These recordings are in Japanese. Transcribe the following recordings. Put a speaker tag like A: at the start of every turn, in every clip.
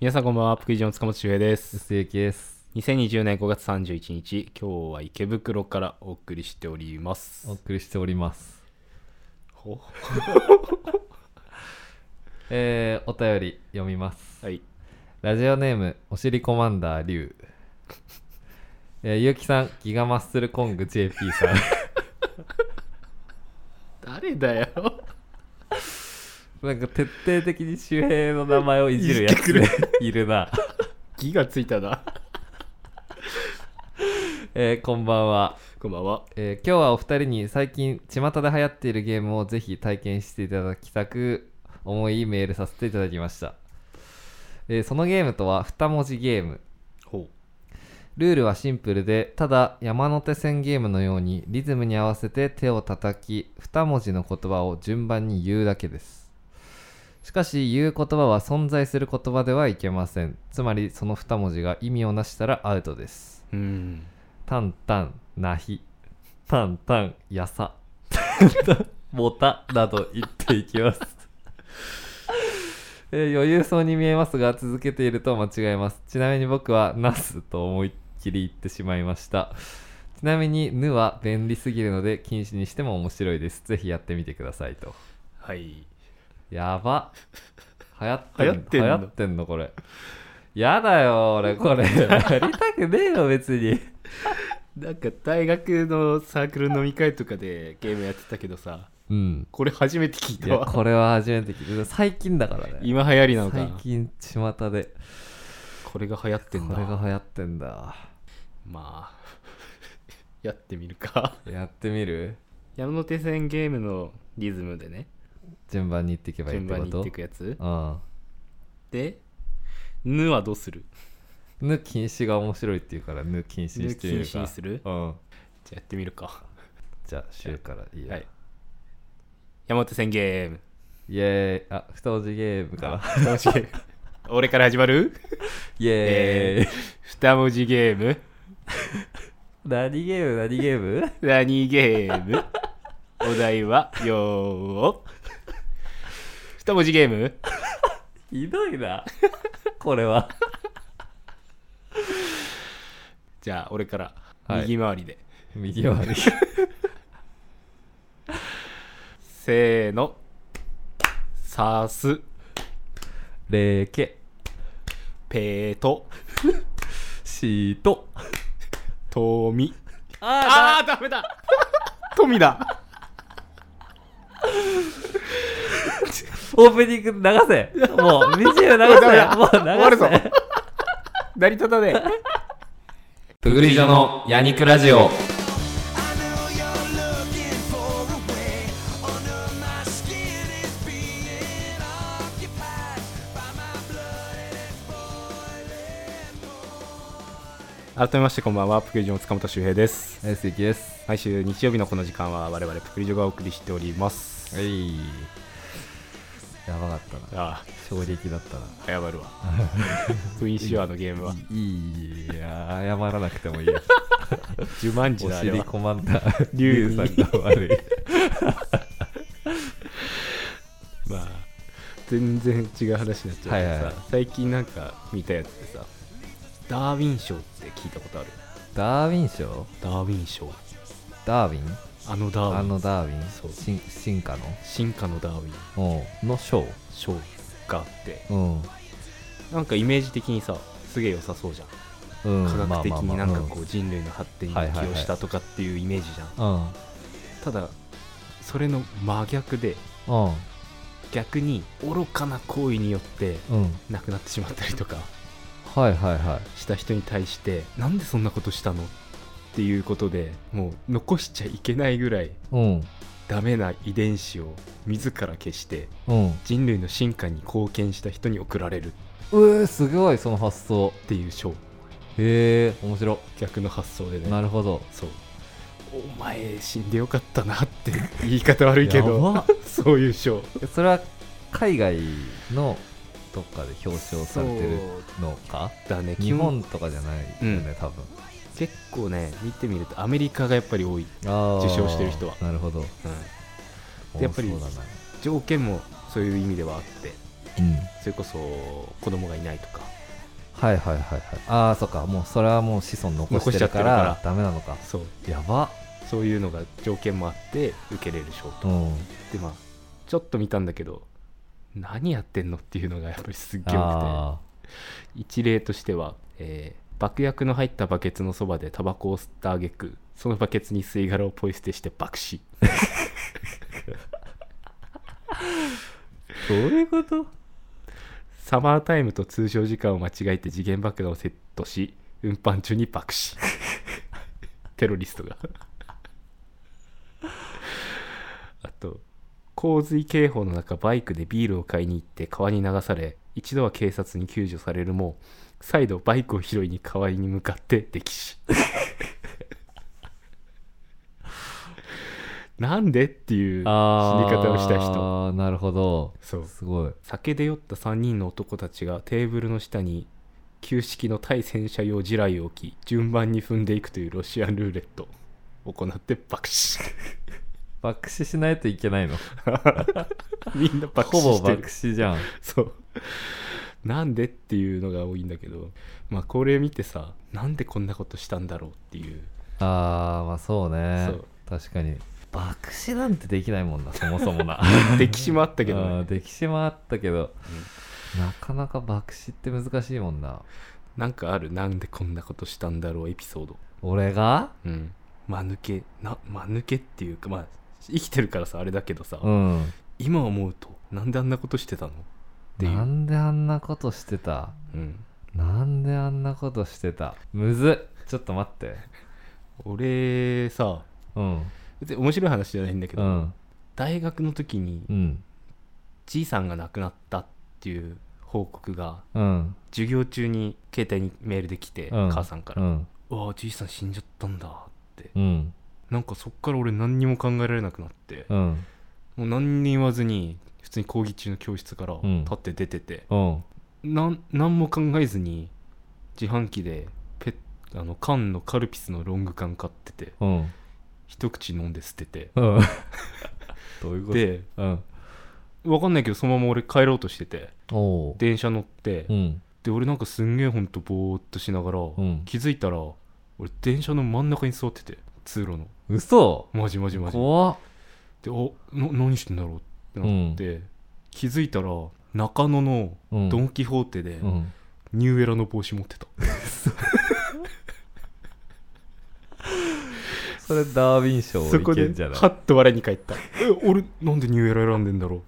A: 皆さんこんばんは、プクイジョン塚本周平です。
B: 鈴木です。
A: 2020年5月31日、今日は池袋からお送りしております
B: お。送りしております。
A: ほ
B: えー、お便り読みます。
A: はい。
B: ラジオネーム、おしりコマンダー、リュウ。えー、ゆうきさん、ギガマッスルコング JP さん。
A: 誰だよ。
B: なんか徹底的に周平の名前をいじるやつ
A: いじっ
B: いるな。
A: ギがついたな。
B: えー、こんばんは。
A: こんばんは。
B: えー今日はお二人に最近巷で流行っているゲームをぜひ体験していただきたく思いメールさせていただきました、えーそのゲームとは2文字ゲーム
A: ほ
B: ルールはシンプルでただ山手線ゲームのようにリズムに合わせて手を叩き2文字の言葉を順番に言うだけですしかし言う言葉は存在する言葉ではいけませんつまりその2文字が意味をなしたらアウトです
A: う。うん。
B: タンタン、ナヒ、タンタン、ヤサ、ボタなど言っていきます。えー余裕そうに見えますが続けていると間違えますちなみに僕はナスと思いっきり言ってしまいましたちなみにヌは便利すぎるので禁止にしても面白いですぜひやってみてくださいと
A: はい。
B: やば流行ってん
A: 流行ってんの
B: 流行ってんのこれやだよ俺 これやりたくねえよ別に
A: なんか大学のサークル飲み会とかでゲームやってたけどさ、
B: うん
A: これ初めて聞い
B: い
A: た
B: や
A: わ。
B: これは初めて聞いた最近だからね
A: 今流行りなのか
B: 最
A: な。
B: 近巷で
A: これが流行ってん
B: これが
A: だ。
B: 流行ってんだ
A: まあ、 やってみるか。
B: やってみる
A: 山手線ゲームのリズムでね、
B: 順番に言っていけばいいっ
A: 順
B: て
A: 番
B: こ
A: にいっ
B: と
A: ていくやつ。
B: うん
A: で、ぬはどうする
B: ぬ禁止が面白いっていうからぬ禁止にしてみる
A: ぬ
B: か
A: 禁止にする
B: うん
A: じゃあやってみるか。
B: じゃあ週からいいよ、
A: はい。山手線ゲーム。
B: イエーイあ二文字ゲームかな
A: 楽しい。 俺から始まる
B: イエーイ、
A: え二文字ゲーム。
B: 何ゲーム何ゲ ーム
A: 何ゲームお題はよー二文字ゲーム
B: ひどいなこ れは
A: じゃあ俺から
B: はい
A: 右回りで、
B: 右回り
A: せーのさす
B: レーケ
A: ペート
B: シート
A: とみ
B: あ
A: あーダメ だ富だ
B: オープニング流せもう BGM 流
A: ダメだ
B: せもう
A: 終わる
B: 流
A: ぞ
B: せ
A: 成り立たねえ
B: プグリジョのヤニクラジオ
C: I know you're looking for a way. Under my skin is being occupied by my blood and it's boiling.
A: 改めましてこんばんはプクリジョン塚本周平です
B: えすきです
A: 毎週日曜日のこの時間は我々プクリジョがお送りしております、
B: いやばかったな
A: あ
B: 衝撃だったな
A: あ謝 るわクイーンシュアのゲームはい
B: いや謝らなくてもいいよ
A: ジュマンジ
B: お
A: だあれ
B: 尻
A: は
B: コマンダー
A: 竜
B: リュ
A: に
B: ウさんが悪い
A: まあ全然違う話になっちゃうけどさ、
B: はいはいはい
A: 最近なんか見たやつでさダーウィン賞って聞いたことある
B: ダーウィン賞
A: ダーウィン賞
B: ダーウィン
A: あのダーウィン
B: あのダーウィン
A: そう
B: 進進化
A: 進化のダーウィン
B: のうんの賞
A: 賞があって
B: うん
A: なんかイメージ的にさすげえ良さそうじゃん、
B: うん
A: 科学的になんかこう
B: う
A: 人類の発展に
B: はいはい
A: 寄
B: はい
A: 与したとかっていうイメージじゃん、
B: うん
A: ただそれの真逆で
B: うん
A: 逆に愚かな行為によって
B: うん
A: 亡くなってしまったりとか
B: はいはいはい
A: した人に対してなんでそんなことしたのっていうことでもう残しちゃいけないぐらい
B: うん
A: ダメな遺伝子を自ら消して
B: うん
A: 人類の進化に貢献した人に贈られるっ
B: うえすごいその発想
A: ていう賞
B: へえ面白
A: 逆の発想でね
B: なるほど
A: そうお前死んでよかったなって言い方悪いけど
B: やば
A: そういう賞
B: それは海外のどっかで表彰されてるのか
A: だね
B: 日本とかじゃないよね、
A: うん
B: 多分
A: 結構ね見てみるとアメリカがやっぱり多い、
B: あー
A: 受賞してる人は
B: なるほど
A: でやっぱり
B: そうだな
A: 条件もそういう意味ではあって
B: うん
A: それこそ子供がいないとか
B: はいはいはいはいああそっかもうそれはもう子孫残してるか
A: 残
B: ら
A: し
B: ダメなのか
A: そう
B: やば
A: そういうのが条件もあって受けれる賞と
B: うん
A: でまあちょっと見たんだけど何やってんのっていうのがやっぱりすっげえ多
B: あ
A: くて一例としては、えー爆薬の入ったバケツのそばでタバコを吸った挙句そのバケツに吸い殻をポイ捨てして爆死
B: ーどういうこと
A: サマータイムと通常時間を間違えて次元爆弾をセットし運搬中に爆死 テロリストが あと洪水警報の中バイクでビールを買いに行って川に流され一度は警察に救助されるも再度バイクを拾いに川に向かって溺死なんでっていう死に方をした人
B: ああなるほど
A: そう
B: すごい
A: 酒で酔った3人の男たちがテーブルの下に旧式の対戦車用地雷を置き順番に踏んでいくというロシアンルーレットを 行って爆死
B: 爆死しないといけないの
A: みんな爆死
B: ほぼ
A: してる
B: 爆死じゃん
A: そうなんでっていうのが多いんだけどまあこれ見てさなんでこんなことしたんだろうっていう
B: ああまあそうね
A: そう
B: 確かに爆死なんてできないもんなそも そもな
A: 歴史もあったけど
B: あー
A: ね
B: 歴史もあったけど、なかなか爆死って難しいもんな
A: なんかあるなんでこんなことしたんだろうエピソード
B: 俺が
A: うん間抜けな間抜けっていうかまあ生きてるからさあれだけどさ、
B: うん
A: 今思うとなんであんなことしてたのっていう
B: なんであんなことしてた
A: うん、
B: なんであんなことしてたむずっちょっと待って
A: 俺さ
B: うん
A: 別に面白い話じゃないんだけ
B: う
A: ど、
B: ん
A: 大学の時に
B: うん
A: じいさんが亡くなったっていう報告が
B: うん
A: 授業中に携帯にメールで来て、
B: うん
A: 母さんから「
B: う
A: うんわあじいさん死んじゃったんだ」って
B: うん
A: なんかそっから俺何にも考えられなくなって、
B: うん
A: もう何に言わずに普通に講義中の教室から
B: ん
A: 立って出てて、
B: うん
A: なん何も考えずに自販機でペッあの缶のカルピスのロング缶買ってて
B: うん
A: 一口飲んで捨てて
B: うん どういうこと
A: で
B: うん
A: 分かんないけどそのまま俺帰ろうとしてて
B: おお
A: 電車乗って、
B: うん
A: で俺なんかすんげえほんとぼーっとしながら、
B: ん
A: 気づいたら俺電車の真ん中に座ってて通路の
B: 嘘
A: マジマジマジ
B: 怖っ
A: でおな何してんだろうってなって、気づいたら中野の
B: うん
A: ドン・キホーテで
B: うん
A: ニューエラの帽子持ってた、
B: それダーウィン賞
A: そこ
B: いけ
A: で
B: んじゃない
A: ハッと我に返 ったえ俺なんでニューエラ選んでんだろう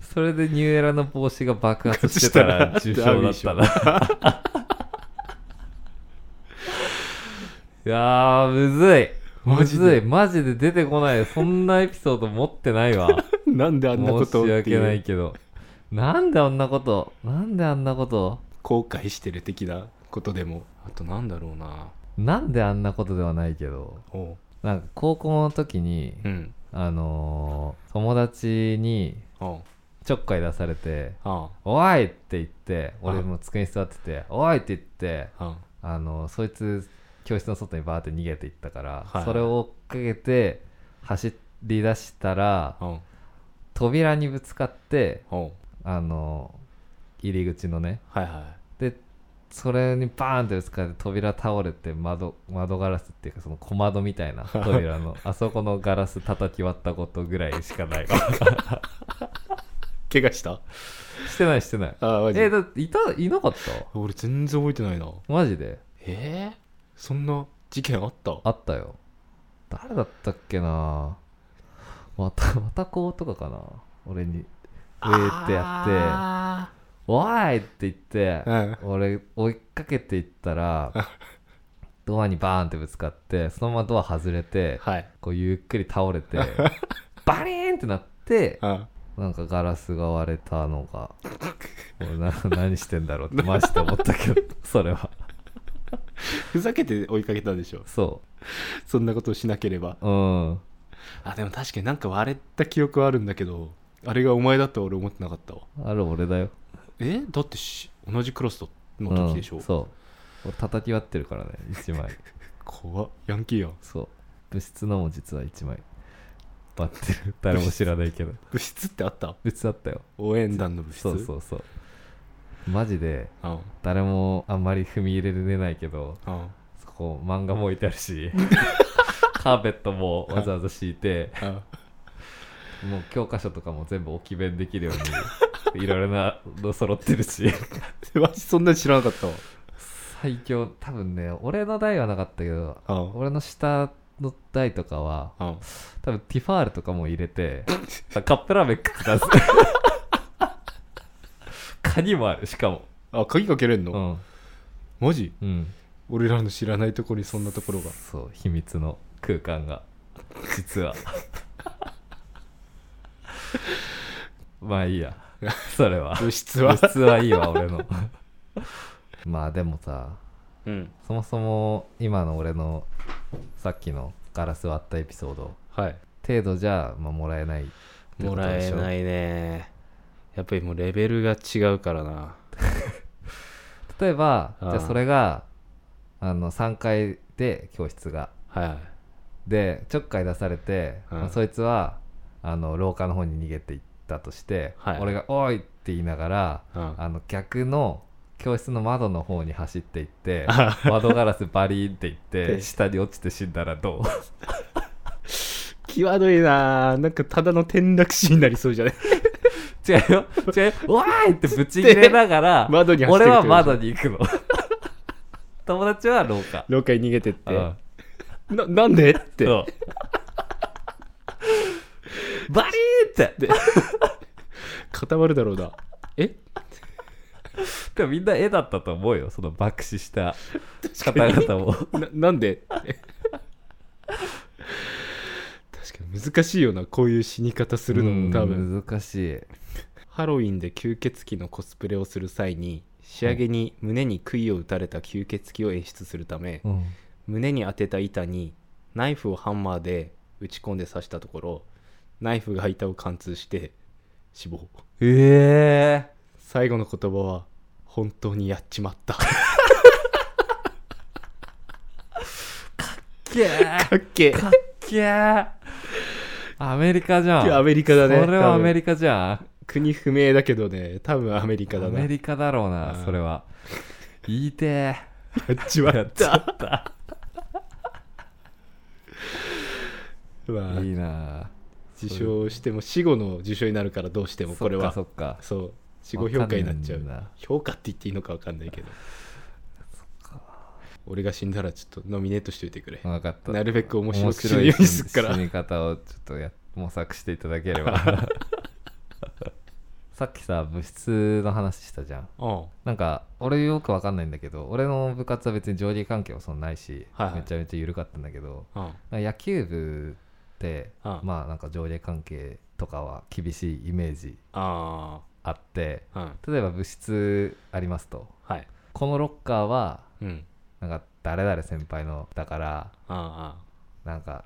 B: それでニューエラの帽子が爆発してたら
A: 爆発
B: 受
A: したら
B: 賞だったな。 いやー、むずい。
A: マ
B: む
A: ジで
B: ずい。マジで出てこない。そんなエピソード持ってないわ。
A: なんであんな
B: 申
A: ことをっ
B: し
A: て
B: 訳ないいうけど。なんであんなことなんであんなこと
A: 後悔してる的なことでもあとなんだろうな
B: なんであんなことではないけど。
A: おう
B: なんか高校の時に、
A: うん
B: あのー友達に
A: おう
B: ちょっかい出されて、
A: あ
B: おいって言って、俺も机に座ってて、おいって言って、
A: あああ
B: あのそいつ教室の外にバーって逃げていったから、
A: はい
B: それを追っかけて走り出したら
A: うん
B: 扉にぶつかって
A: うん
B: あの入り口のね
A: はいは
B: でそれにバーンってぶつかって扉倒れて窓窓ガラスっていうかその小窓みた いな扉のあそこのガラス叩き割ったことぐらいしか ない
A: い怪我した
B: してないしてない
A: ああマジ
B: えだっていたいなかった
A: 俺全然覚えてないな
B: マジで
A: ええそんな事件あった
B: あったよ誰だったっけなまた またこうとかかな俺に「えー」ってやって
A: や
B: 「おーい!」って言って、
A: って
B: 俺追いかけていったら ドアにバーンってぶつかってそのままドア外れて
A: はい
B: こうゆっくり倒れ てバリーンってなって
A: あ
B: なんかガラスが割れたのが 俺な何してんだろうってマジで思った けどそれは
A: ふざけて追いかけたんでしょ
B: そ
A: そんなことをしなければ
B: ううん
A: あでも確かになんか割れた記憶はあるんだけどあれがお前だとは俺思ってなかったわ
B: あれ俺だよ
A: えだってし同じクラスの時でしょ、
B: うんそう俺叩き割ってるからね1枚
A: 怖っヤンキーやん
B: そう物質のも実は1枚バって る誰も知らないけど
A: 部室ってあった
B: 物質あったよ
A: 応援団の部室
B: そうそうそうマジで
A: うん
B: 誰もあんまり踏み入れれないけど
A: うん
B: そこ漫画も置いてある しカーペットもわざわざ敷いて
A: うん
B: もう教科書とかも全部置き弁できるようにいろいろなの揃ってるし
A: マジそんなに知らなかったわ
B: 最強多分ね俺の代はなかったけど
A: うん
B: 俺の下の台とかは
A: うん
B: 多分ティファールとかも入れて カップラーメン食ってたん ですカニもあるしかも
A: あ鍵かけれんの、
B: うん
A: マジ
B: うん
A: 俺らの知らないとこにそんなとこ ろが
B: そう秘密の空間が実 はまあいい やそれは
A: 物質は
B: 物質はいいわ俺の まあでもさ
A: うん
B: そもそも今の俺のさっきのガラス割ったエピソード
A: はい
B: 程度じゃ、まあ、もらえないって
A: も
B: こと
A: ら
B: で
A: え
B: しょ
A: ないねやっぱりもうレベルが違うからな
B: 例えば
A: あ
B: じ
A: あ
B: ゃあそれがあの3階で教室が
A: はい
B: でちょっかい出されて、
A: うん
B: まあそいつはあの廊下の方に逃げていったとして、
A: はい
B: 俺が「おい!」って言いながら
A: うん
B: あの逆の教室の窓の方に走って いって
A: あ
B: 窓ガラスバリーンっていっ
A: で
B: て下に落ちて死んだらどう
A: 際どいななんかただの転落死になりそうじ ゃない
B: 違うよ違うよ「わーい!」ってぶち切れながら
A: 窓に走ってる
B: 俺
A: ってこと
B: は窓に行くの 友達は廊下
A: 廊下に逃げてって
B: うん
A: ななんでって
B: そうバリーンってで
A: 固まるだろうなえ
B: もみんな絵だったと思うよその爆 死した方々も
A: な なんで確かに難しいよなこういう死に方するのも多分
B: うん難しい
A: ハロウィンで吸血鬼のコスプレをする際に仕上げに胸に杭を打たれた吸血鬼を演出するため、
B: うん
A: 胸に当てた板にナイフをハンマーで打ち込んで刺したところナイフが板を貫通して死亡
B: ええ
A: 最後の言葉は「本当にやっちまった」
B: ー、けー
A: かっけ
B: かっけーアメリカじゃん
A: アメリカだね
B: それはアメ
A: リ
B: リカじゃん
A: 国不明だけどね多分アメリカ
B: ア
A: だな
B: メリカだろう
A: う
B: なんそれは言いてえ
A: やっちま
B: や
A: っ
B: っち
A: た
B: ゃった
A: うわ
B: いいな
A: 受賞しても死後の受賞になるからどうしてもこれは
B: そっかそっ
A: そ
B: か
A: う死後評価になっちゃ
B: わかんな
A: う
B: いんだ
A: 評価って言っていいのか分かんないけど俺が死んだらちょっとノミネートしておいてくれ
B: 分かった
A: なるべく面白く死
B: 面白
A: ぬ
B: い
A: ようにすっから
B: 死に方をちょっとや模索していただけれ ばさっきさ部室の話したじゃん
A: うんは
B: なんか俺よくわかんないんだけど俺の部活は別に上下関係はそんなないし、
A: はいはい
B: めちゃめちゃ緩かったんだけど
A: い
B: なんか野球部って
A: ああ
B: まあなんか上下関係とかは厳しいイメージ
A: あ
B: あって
A: あうん
B: 例えば部室ありますと
A: はい
B: このロッカーは
A: うん
B: なんか誰々先輩のだから
A: あ
B: なんか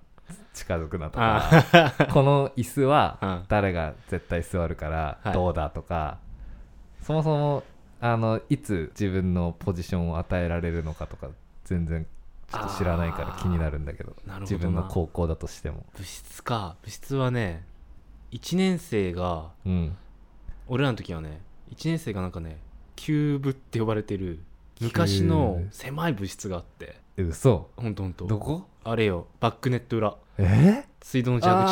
B: 近づくな
A: あ
B: とか
A: ああ
B: この椅子
A: うん
B: は誰が絶対座るから
A: はい
B: どうだとか、そもそもあのいつ自分のポジションを与えられるのかとか全然ちょっと知らないから気になるんだけど
A: あーなるほどな
B: 自分の高校だとしても、
A: 部室か部室はね1年生が
B: うん、
A: 俺らの時はね1年生がなんかねキューブって呼ばれてる昔の狭い部室があって
B: え嘘
A: ほんとほんと
B: どこ
A: あれよバックネット裏
B: え
A: 水道の蛇口とか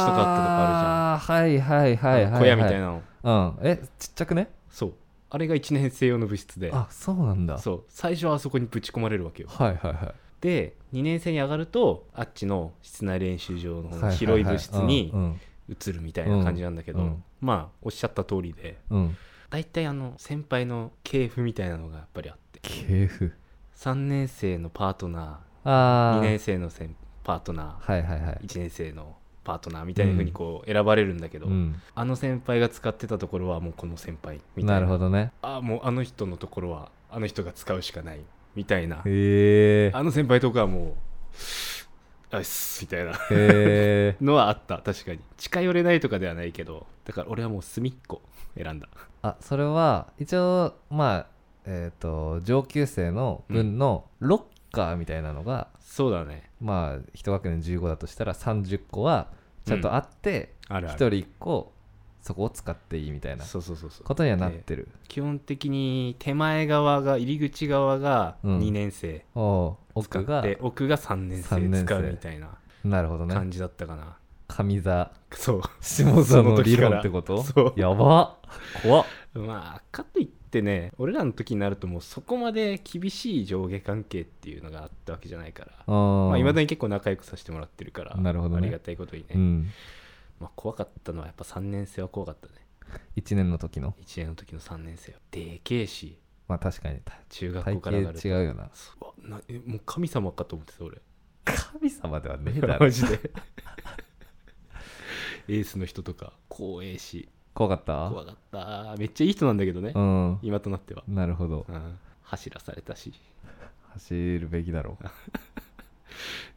A: あったとこあ
B: あるじゃんはいはいはい
A: るじ
B: はい
A: ゃん、
B: はい
A: 小屋みたいなの
B: うんえちっちゃくね
A: そうあれが1年生用の部室で
B: あそうなんだ
A: そう最初はあそこにぶち込まれるわけよ
B: はいはいはい
A: で2年生に上がるとあっちの室内練習場の方
B: は
A: の
B: いはいはい
A: 広い部室に
B: うんうん
A: 移るみたいな感じなんだけど、
B: うんうん
A: まあおっしゃった通りで
B: うん
A: 大体あの先輩の系譜みたいなのがやっぱりあって
B: 系譜
A: 3年生のパートナー
B: ああ
A: 2年生の先パートナ
B: はいはいはい
A: ー1年生のパートナーみたいな風にこう選ばれるんだけど、
B: うん、
A: あの先輩が使ってたところはもうこの先輩みたいな
B: なるほどね
A: ああもうあの人のところはあの人が使うしかないみたいな
B: へえ
A: あの先輩とかはもうあっすみたいな
B: へえ
A: のはあった確かに近寄れないとかではないけどだから俺はもう隅っこ選んだ
B: あそれは一応まあえっ、と上級生の分のロッカーみたいなのが、
A: そうだね
B: まあ一学年15だとしたら30個はちゃんとあって、
A: ある
B: 一
A: あ
B: 人
A: る
B: 1個そこを使っていいみたいな
A: そうそうそうそう
B: ことにはなってる、
A: 基本的に手前側が入り口側が
B: うん
A: 2年生
B: おう
A: 使っ
B: 奥が
A: て、奥が3年
B: 三
A: 生
B: 年生
A: 使うみたいな
B: なるほどね
A: 感じだったかな、
B: 上座
A: そ
B: 下座の理論ってこ
A: その
B: と
A: 時からそう
B: やば怖っ
A: うまあかといってね俺らの時になるともうそこまで厳しい上下関係っていうのがあったわけじゃないから
B: あ
A: まあ、
B: ー
A: 未だに結構仲良くさせてもらってるから
B: なるほどね
A: ありがたいことにね、
B: うん、
A: まあ、怖かったのはやっぱ3年生は怖かったね
B: 1年の時の
A: 1年の時の3年生はでけえし
B: まあ確かに体
A: 中学校
B: 体
A: から上がる
B: 型違うよな
A: そううわなえもう神様かと思ってた俺
B: 神様ではねえだろ
A: マジでエースの人とか怖えし
B: 怖かった
A: 怖かっためっちゃいい人なんだけどね、
B: うん
A: 今となっては、
B: なるほど
A: うん、走らされたし
B: 走るべきだろ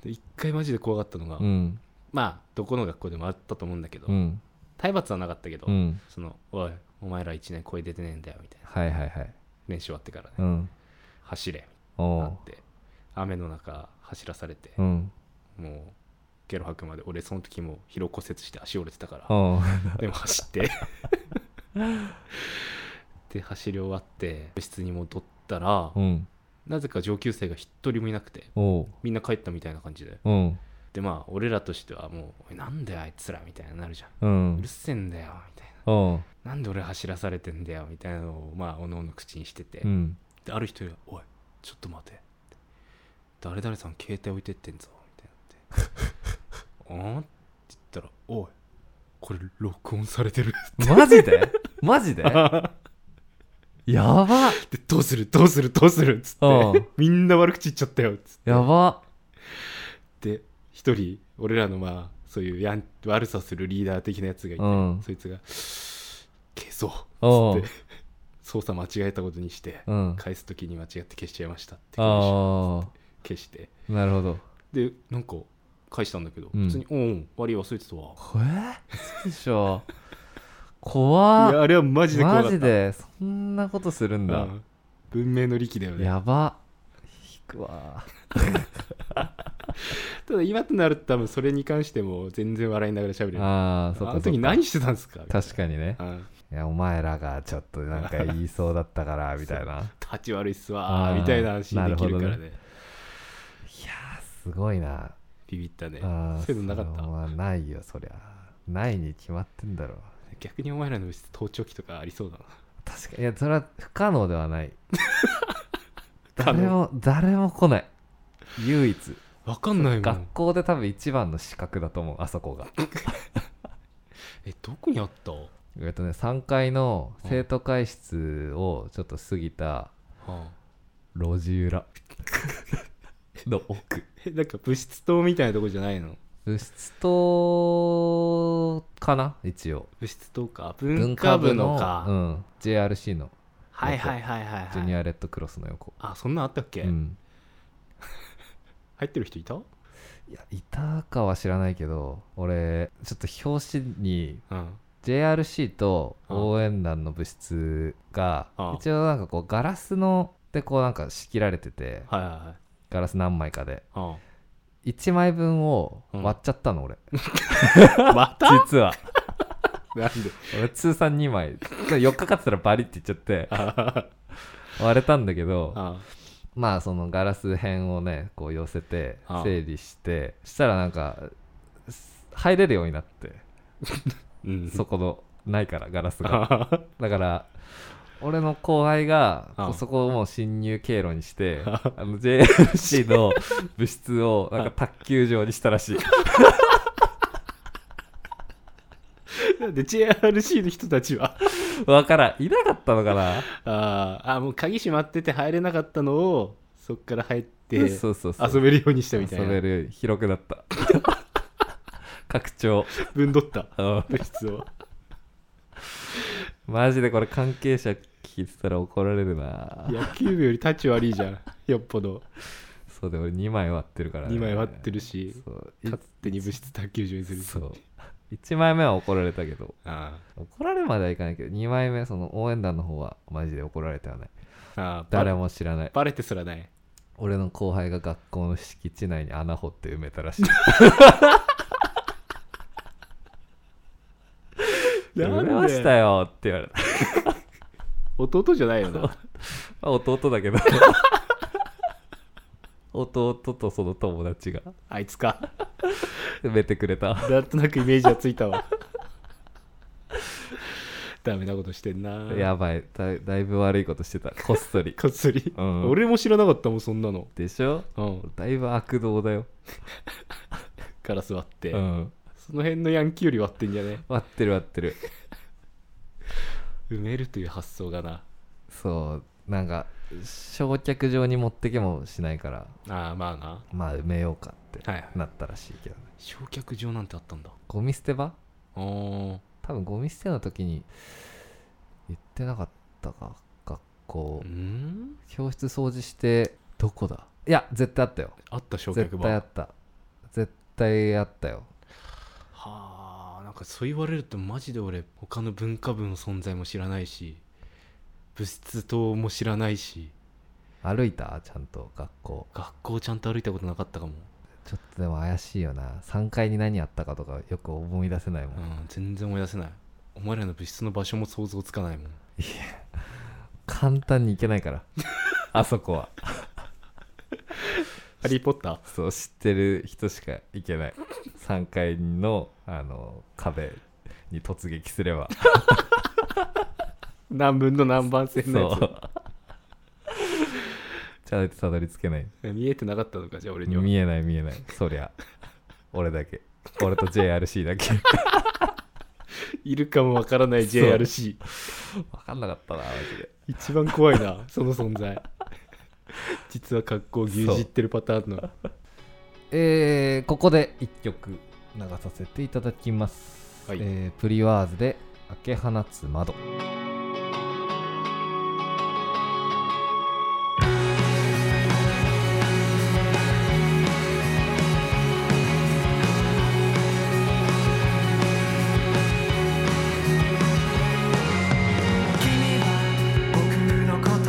A: で一回マジで怖かったのが、
B: ううん
A: まあどこの学校でもあったと思うんだけど、
B: うん
A: 体罰はなかったけど、
B: うん
A: その「おいお前ら1年声出てねえんだよ」みたいな
B: はいはいはい
A: 練習終わってからね
B: うん
A: 走れ
B: お
A: な
B: お
A: って雨の中走らされて
B: う、うん
A: もうゲロ吐くまで俺その時もう疲労骨折して足折れてたから、
B: おう
A: でも走って で走り終わって部室に戻ったら、
B: うん
A: なぜか上級生が一人もいなくて
B: おう
A: みんな帰ったみたいな感じで
B: うん
A: でまあ俺らとしてはもう「おいなんだよあいつら」みたいになるじゃん、
B: う
A: うんるせえんだよみたいな
B: おう
A: なんで俺走らされてんだよみたいなのをまあおのおの口にしてて、
B: うん
A: である人が「おいちょっと待て」って誰々さん携帯置いてってんぞ」みたいに なって「あん?」って言ったら「おいこれ録音されてる」
B: マ ジでマジでやば
A: でどうするどうするどうする」っつっ
B: うん
A: てみんな悪口言っちゃったよっつっ
B: やば
A: て一人俺らのまあそういうやん悪さするリーダー的なやつがいて、
B: うん
A: そいつが「消そう」
B: お
A: っ
B: う
A: つって操作間違えたことにして、
B: うん
A: 返す時に間違って消しちゃいましたって消
B: あ
A: して
B: あなるほど
A: でなんか返したんだけど、
B: うん
A: 普通に「おん悪い忘れてたわ」
B: こえ嘘でしょ
A: いや
B: 怖っ
A: あれはマジで怖かった
B: マジでそんなことするんだ
A: うん文明の力だよね
B: やば引くわ
A: ただ今となると多分それに関しても全然笑いながら喋れるあ
B: ああそっかそっか
A: あの時何してたんですか
B: 確かにね
A: うん
B: いやお前らがちょっとなんか言いそうだったから みたいな
A: 立ち悪いっす
B: あ
A: わ
B: ー
A: ーみたいな話できるか
B: なる
A: ら
B: ほ
A: ね
B: すごいな
A: ビビったね
B: ああ
A: そういうのなかっ
B: それ
A: た
B: はないよそりゃないに決まってんだろ
A: 逆にお前らの部室盗聴器とかありそうだな
B: 確かにいやそれは不可能では ない
A: 可能
B: 誰も誰も来ない唯一
A: 分かんないもん
B: 学校で多分一番の資格だと思うあそこが
A: えどこにあったは
B: えっとね3階の生徒会室をちょっと過ぎた
A: あ
B: 路地裏の奥
A: えなんか物質棟みたいなとこじゃないの
B: 物質棟かな一応
A: 物質棟か文化部のか、
B: うん JRC の
A: はいはいはいはい、
B: ジュニ
A: はい、
B: アレッドクロスの横、
A: あそんなんあったっけ、
B: うん
A: 入ってる人いた
B: いやいたかは知らないけど俺ちょっと表紙に
A: うん、
B: JRC と
A: うん
B: 応援団の部室が
A: うん
B: 一応なんかこうガラスのでこうなんか仕切られてて
A: はいはいはい
B: ガラス何枚かで
A: あ
B: 1枚分を割っちゃったの俺、
A: あまた
B: 実は
A: なんで
B: 俺通算2枚4日かってたらバリって言っち ゃって
A: あ
B: 割れたんだけど
A: あ
B: ま あそのガラス片をねこう寄せて
A: ああ
B: 整理してしたらなんかす入れるようになって
A: うん
B: そこのないからガラスが
A: ああ
B: だから俺の後輩が
A: ああ
B: こうそこをもう侵入経路にしてあの JLC の部室をなんか卓球場にしたらしい
A: なん で JRC の人たちは
B: わからんいなかったのかな
A: あーあもう鍵閉まってて入れなかったのをそっから入って
B: そうそうそう
A: 遊べるようにしたみたい
B: 遊
A: な
B: べる広くなった 拡張
A: 分取った
B: うん
A: 物質 を
B: マジでこれ関係者聞いてたら怒られるな
A: 野球部よりタッチ悪いじゃんよっぽど
B: そうで俺2枚割ってるから、ね、
A: 2枚割ってるし
B: そうい
A: 勝手に物質卓球場にする
B: そう1枚目は怒られたけど
A: あ
B: 怒られまではいかないけど2枚目その応援団の方はマジで怒られてはない
A: あああ
B: 誰
A: も
B: も知らない
A: バレてすらない。
B: 俺の後輩が学校の敷地内に穴掘って埋めたらしい読めましたよって言われた。
A: 弟じゃないよ な
B: まあ、弟だけど。 弟とその友達が
A: あいつか
B: 埋めてくれた。
A: なんとなくイメージはついた わダメなことしてんな
B: やばいだい、だいぶ悪いことしてた。こっ そり。
A: こっそり、
B: うん
A: 俺も知らなかったもんそんなの、
B: でしょ
A: うん、
B: だいぶ悪道だよ。
A: ガラス割って、
B: うん。
A: その辺のヤンキーより割ってんじゃね
B: 割ってる割ってる。
A: 埋めるという発想がな
B: そう、なんか、焼却場に持ってけもしないから、
A: ああまあな
B: まあ埋めようかって
A: はいはい
B: なったらしいけどね。
A: 焼却場なんてあったんだ
B: ゴミ捨て場
A: おお
B: 多分ゴミ捨ての時に言ってなかったか、学校。
A: うん
B: 教室掃除してどこだいや絶対あったよ
A: あった焼却
B: 絶
A: 場
B: 対あった絶対あったよ
A: はあなんかそう言われるとマジで俺他の文化部の存在も知らないし物質棟も知らないし
B: 歩いたちゃんと学校
A: 学校ちゃんと歩いたことなかったかも、
B: ちょっとでも怪しいよな3階に何あったかとかよく思い出せないもん、
A: うん、全然思い出せないお前らの物質の場所も想像つかないもん
B: 簡単に行けない からあそこは
A: ハリー・ポッター
B: そう知ってる人しか行けない3階のあの壁に突撃すれば
A: 何分の何番
B: そ
A: 線のやつ
B: うじゃないとたどり着けない
A: 見えてなかったのかじゃあ俺には
B: 見えない見えないそりゃ俺だけ俺と JRC だ け
A: いるかもわからない JRC
B: 分かんなかったなマジで
A: 一番怖いなその存在実は格好を牛耳ってるパターンの
B: えー、ここで1曲流させていただきます、
A: はい
B: えープリワーズで「開け放つ窓」
D: 「君は僕のこと」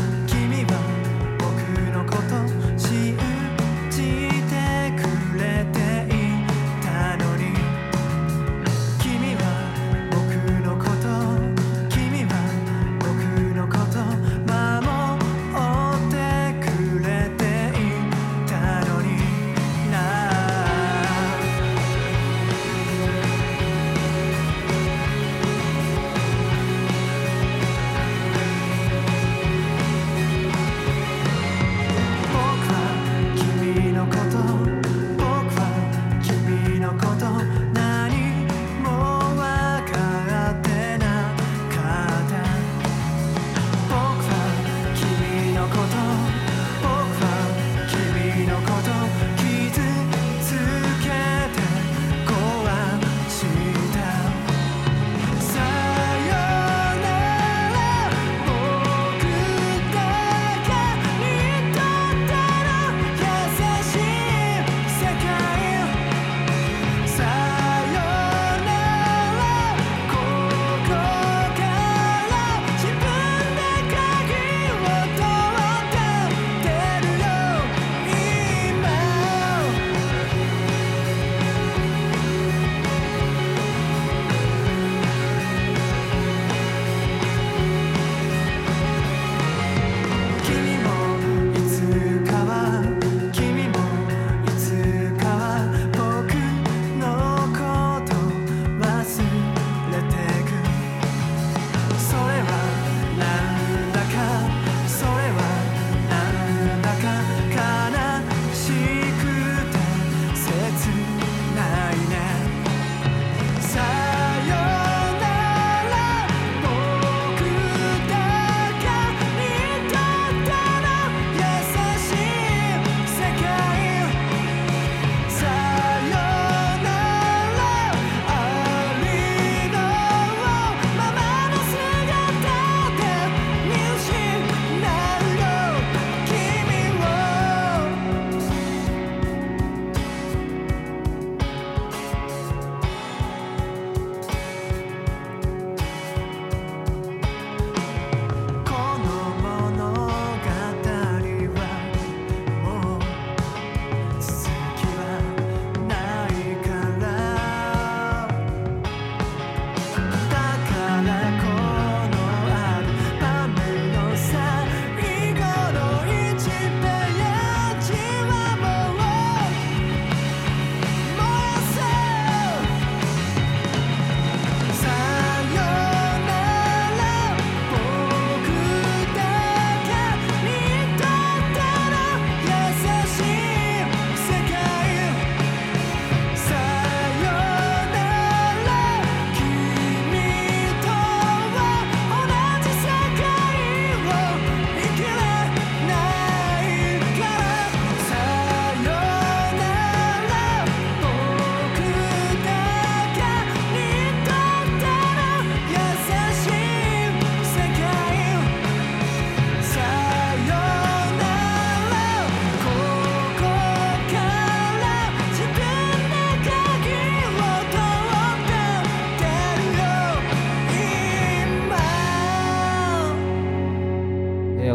D: 「君は僕のこと」「信じてくれていたのに」「君は僕のこと」「君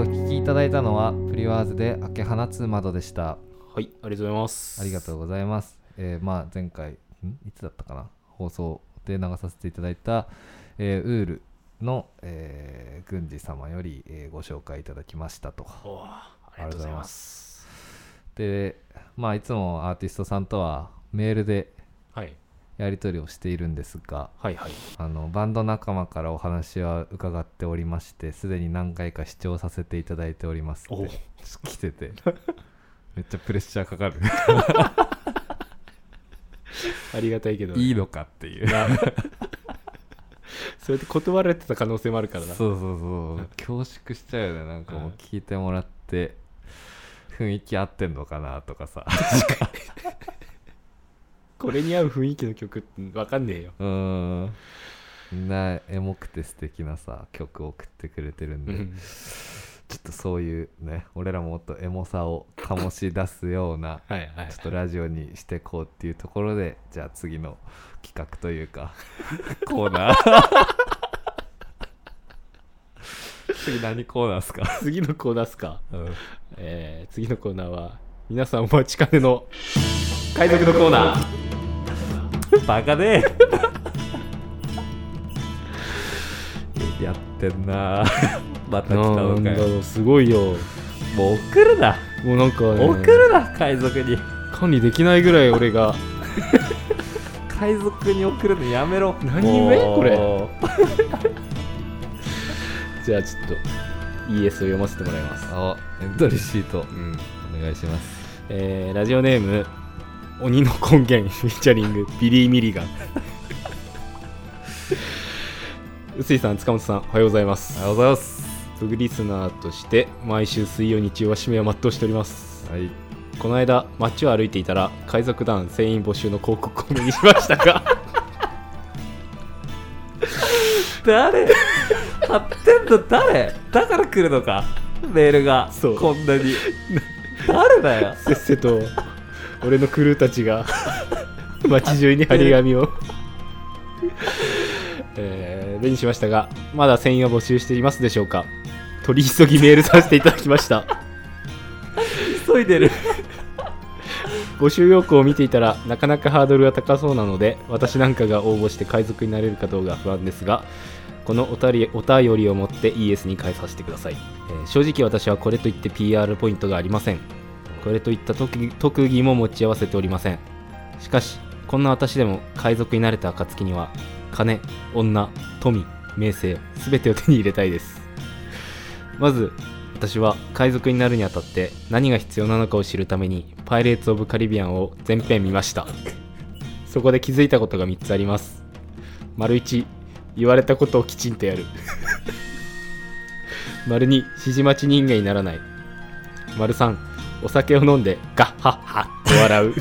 B: 聴きいただいたのはプリワーズで「明け放つ窓」でした
A: はい、ありがとうございます。
B: ありがとうございます、えーまあ、前回んいつだったかな放送で流させていただいた、えーウールの、えー軍司様より、えーご紹介いただきましたと
A: おーありがとうございます。
B: でまあいつもアーティストさんとはメールで
A: はい、
B: やり取りをしているんですが
A: はい、はい。
B: あのバンド仲間からお話は伺っておりましてすでに何回か視聴させていただいております
A: お
B: って来ててめっちゃプレッシャーかか る
A: ありがたいけど、
B: いいのかっていう
A: な そうやって断られてた可能性もあるからな。
B: そうそうそう恐縮しちゃうよねなんかもう聞いてもらって雰囲気合ってんのかなと かさ
A: これに合う雰囲気の曲ってわかんねえよ。
B: うーんみんなエモくて素敵なさ曲を送ってくれてるん
A: う
B: で、
A: ん
B: ちょっとそういうね俺らももっとエモさを醸し出すような
A: はい、はい
B: ちょっ。とラジオにしてこうっていうところでじゃあ次の企画とい うかコーナー次何コーナーっす か、
A: 次のコーナーっすか。
B: うん
A: えー次のコーナーは、皆さんお待ちかねの海賊のコーナー。
B: バカでやってんなまた来た
A: な
B: の
A: ん
B: か
A: だ
B: よ
A: ろう、すごいよ。
B: もう送るな
A: もうなんか、ね、
B: 送るな海賊に
A: 管理できないぐらい俺が。
B: 海賊に送るのやめろ
A: 何故
B: もう
A: これじゃあちょっと、ES を読ませてもらいます。
B: あエントリーシート
A: うん
B: お願いします
A: えーラジオネーム鬼の根源 フィーチャリングビリー・ミリガン臼井さん塚本さんおはようございます
B: おはようございます
A: ブグリスナーとして毎週水曜日曜は締めを全うしております
B: はい
A: この間街を歩いていたら海賊団船員募集の広告を目にしましたが
B: 誰貼ってんの誰だから来るのかメールが
A: そう
B: こんな に誰だよ
A: せっせと俺のクルーたちが街中に張り紙をえー目にしましたがまだ船員を募集していますでしょうか取り急ぎメールさせていただきました
B: 急いでる
A: 募集要項を見ていたらなかなかハードルが高そうなので私なんかが応募して海賊になれるかどうか不安ですがこのおたりお便りを持って ES に返させてください、えー正直私はこれといって PR ポイントがありませんこれといった特技特技も持ち合わせておりませんしかしこんな私でも海賊になれた暁には金女富名声全てを手に入れたいですまず私は海賊になるにあたって何が必要なのかを知るために「パイレーツ・オブ・カリビアン」を全編見ましたそこで気づいたことが3つあります丸1言われたことをきちんとやる丸2指示待ち人間にならない丸3お酒を飲んでガッハッハッと笑う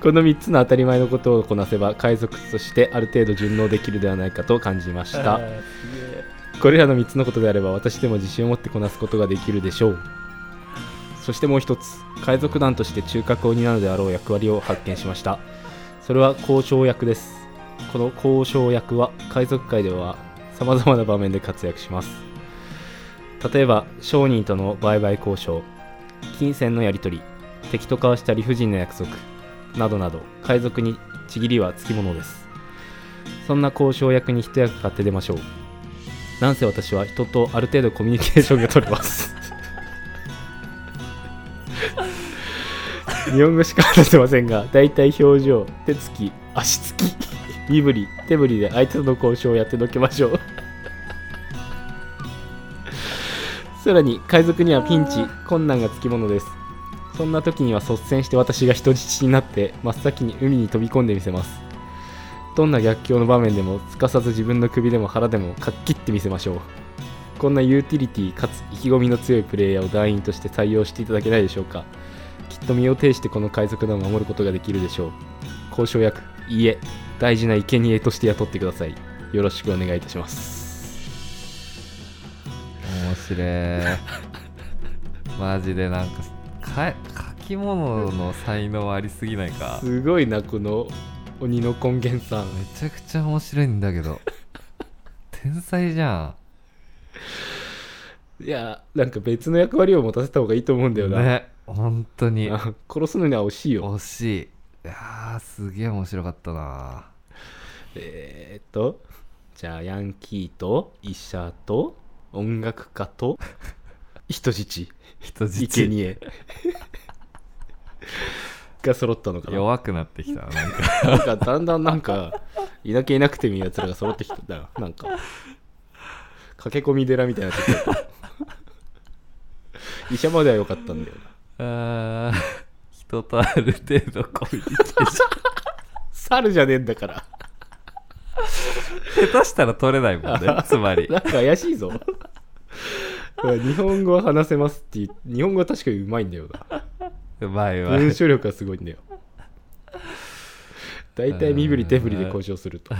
A: この3つの当たり前のことをこなせば海賊としてある程度順応できるではないかと感じましたこれらの3つのことであれば私でも自信を持ってこなすことができるでしょうそしてもう一つ海賊団として中核を担うであろう役割を発見しましたそれは交渉役ですこの交渉役は海賊界ではさまざまな場面で活躍します例えば商人との売買交渉金銭のやり取り敵と交わした理不尽な約束などなど海賊にちぎりはつきものですそんな交渉役に一役買って出ましょうなんせ私は人とある程度コミュニケーションが取れます日本語しか話せませんが大体表情手つき足つき身振り手振りで相手との交渉をやってのけましょうさらに海賊にはピンチ困難がつきものですそんな時には率先して私が人質になって真っ先に海に飛び込んでみせますどんな逆境の場面でもすかさず自分の首でも腹でもかっきってみせましょうこんなユーティリティかつ意気込みの強いプレイヤーを団員として採用していただけないでしょうかきっと身を挺してこの海賊団を守ることができるでしょう交渉役いいえ大事な生贄として雇ってくださいよろしくお願いいたします
B: 面白えマジでなんかか書き物の才能ありすぎないかめ
A: すごいなこの鬼の根源さん
B: ちゃくちゃ面白いんだけど天才じゃん
A: いやなんか別の役割を持たせた方がいいと思うんだよな、
B: ね本当に
A: あ殺すのには惜しいよ
B: 惜しいいやーすげえ面白かったな
A: えー、っとじゃあヤンキーと医者と音楽家 と人質
B: 人
A: 生
B: 質
A: 贄が揃ったのかな
B: 弱くなってきたななんか
A: なんかだんだんなんかいなきゃいなくてもいいやつらが揃ってきたななんか駆け込み寺みたいなと こ医者までは良かったんだよな
B: あー人とある程度コ ミュニケーシ
A: 猿じゃねえんだから
B: ョン下手したら取れないもん ねつまり
A: なんか怪しいぞうわ日本語は話せますっていう日本語は確かにうまいんだよ
B: うまい
A: な
B: わ
A: 文章力がすごいんだよ大体身振り手振りで交渉すると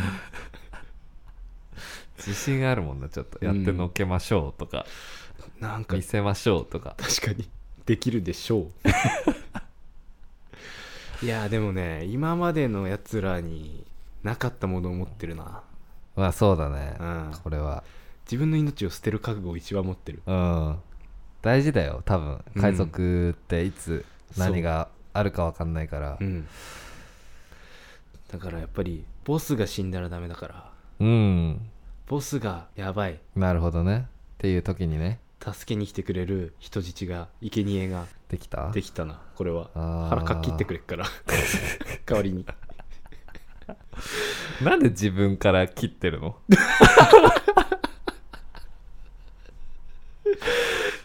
B: 自信あるもんなちょっとやってのけましょうとか、
A: なんか
B: 見せましょうとか
A: 確かにできるでしょう いやでもね今までのやつらになかったものを持ってるな
B: まあそうだね、
A: うん
B: これは
A: 自分の命を捨てる覚悟を一番持ってる
B: うん大事だよ多分
A: うん
B: 海賊っていつ
A: そう
B: 何があるか分かんないから
A: うんだからやっぱりボスが死んだらダメだから
B: うん、
A: ボスがやばい
B: なるほどねっていう時にね
A: 助けに来てくれる人質が生贄が
B: できた
A: できたなこれは
B: あー
A: 腹かっきってくれっ から代わりに
B: なんで自分から切ってるの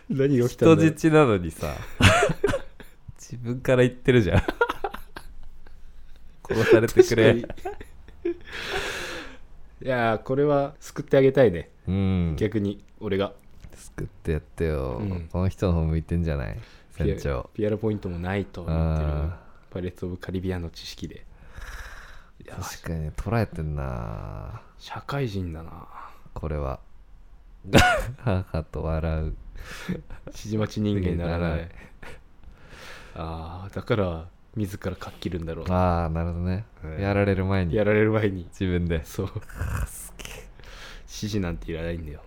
A: 何が起きたん
B: 人
A: だよ
B: 質なのに さ自分から言ってるじゃん 殺されてくれ
A: 確かにいやーこれは救ってあげたいね
B: うん
A: 逆に俺が
B: 救ってやってよ、
A: うん
B: この人の方向いてんじゃない
A: ピ
B: 船長
A: ア PR ポイントもないと思ってる
B: あ
A: パレット・オブ・カリビアンの知識でいやー
B: 確かに捉えてんな
A: 社会人だな
B: これ は母と笑う
A: 指示待ち人間にならな
B: ならない
A: いああだから自らかっきるんだろうな
B: ああなるほどね、
A: はい
B: やられる前に
A: やられる前に
B: 自分で
A: そう指示なんていらないんだよ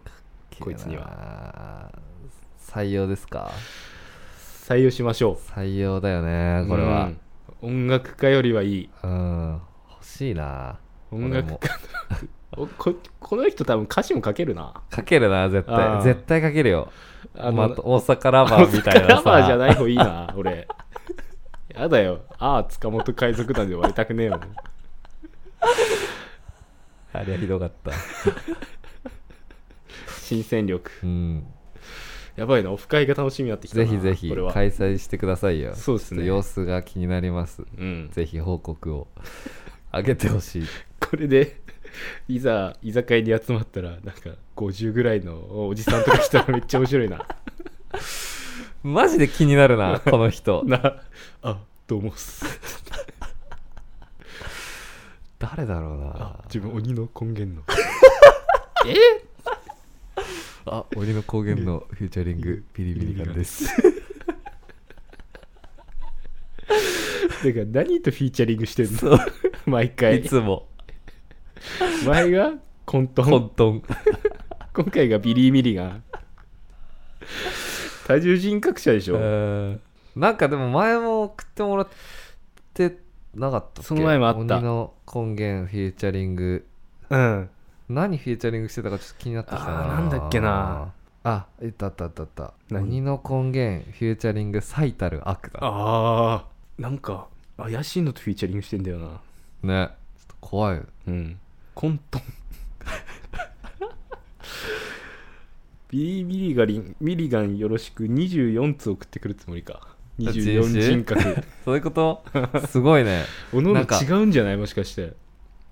A: こいつに
B: は採用ですか
A: 採用しましょ
B: 採用だよね
A: う
B: これは
A: うん音楽家よりはいい
B: うん、欲しいな
A: 音楽家
B: 俺
A: の おここの人多分歌詞も書けるな
B: もかけるな絶
A: あ
B: 対
A: ー
B: 絶対かけるよ
A: あ
B: ま
A: の、
B: あ大阪ラバーみたいな
A: ラ
B: さ
A: バーじゃない方いい な俺やだよああ塚本海賊団で終わりたくねえもん
B: あれはひどかった
A: 新戦力
B: うん
A: やばいなオフ会が楽しみになってきたな
B: ぜひぜひ
A: これは
B: 開催してくださいよ
A: そうですね
B: ちょっと様子が気になります
A: うん
B: ぜひ報告をあげてほしい
A: これでいざ居酒屋に集まったらなんか50ぐらいのおじさんとか来たらめっちゃ面白いな
B: マジで気にな るなこの人
A: な あどうもっす
B: 誰だろう
A: あ
B: な
A: 自分鬼の根源の
B: あ鬼の高原のフューチャリングビリビリガンです
A: てか何とフィーチャリングしてんの
B: そう
A: 毎
B: い
A: 回
B: つも
A: 前が混沌
B: 混沌
A: 今回がビリー・ミリガン多重人格者でしょ、
B: うんなんかでも前も送ってもらってなかったっけ
A: その前もあった
B: 鬼の根源フューチャリング
A: うん
B: 何フィーチャリングしてたかちょっと気になってきたな
A: あーなんだっけな
B: あいったあったあったあった
A: 何
B: 鬼の根源フューチャリング最たる悪だ
A: あーなんか怪しいのとフィーチャリングしてんだよな
B: ねちょっと怖い
A: うん混沌 ビリー・ミリガリンミリガンよろしく24つ送ってくるつもりか24人格
B: そういうこと すごいね
A: おのおの
B: なんか
A: 違うんじゃないもしかして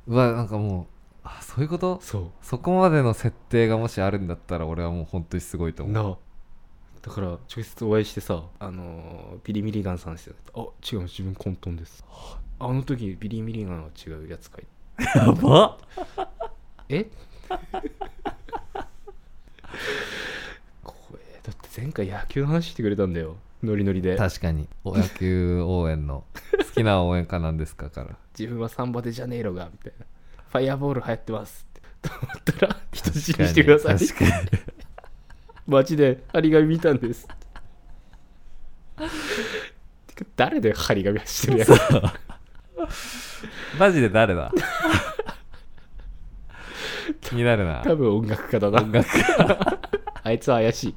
B: うわなんかもうあそういうこと
A: そ
B: そこまでの設定がもしあるんだったら俺はもう本当にすごいと
A: う
B: 思う
A: なあだから直接お会いしてさあのービリー・ミリガンさんですよあ違う自分混沌ですあの時ビリー・ミリガンは違うやつかい
B: やば
A: え怖えだって前回野球の話してくれたんだよノリノリで
B: 確かにお野球応 援の好きな応援歌なんですかから
A: 自分はサンバでジャネイロがみたいな ファイアボール流行ってますってと思ったら人質にしてください
B: 確かに確かに
A: 街で張り紙見たん ですてか誰で張り紙してるやつ
B: マジで 誰だ気になるな
A: 多分音楽家だな
B: 音楽
A: あいつは怪し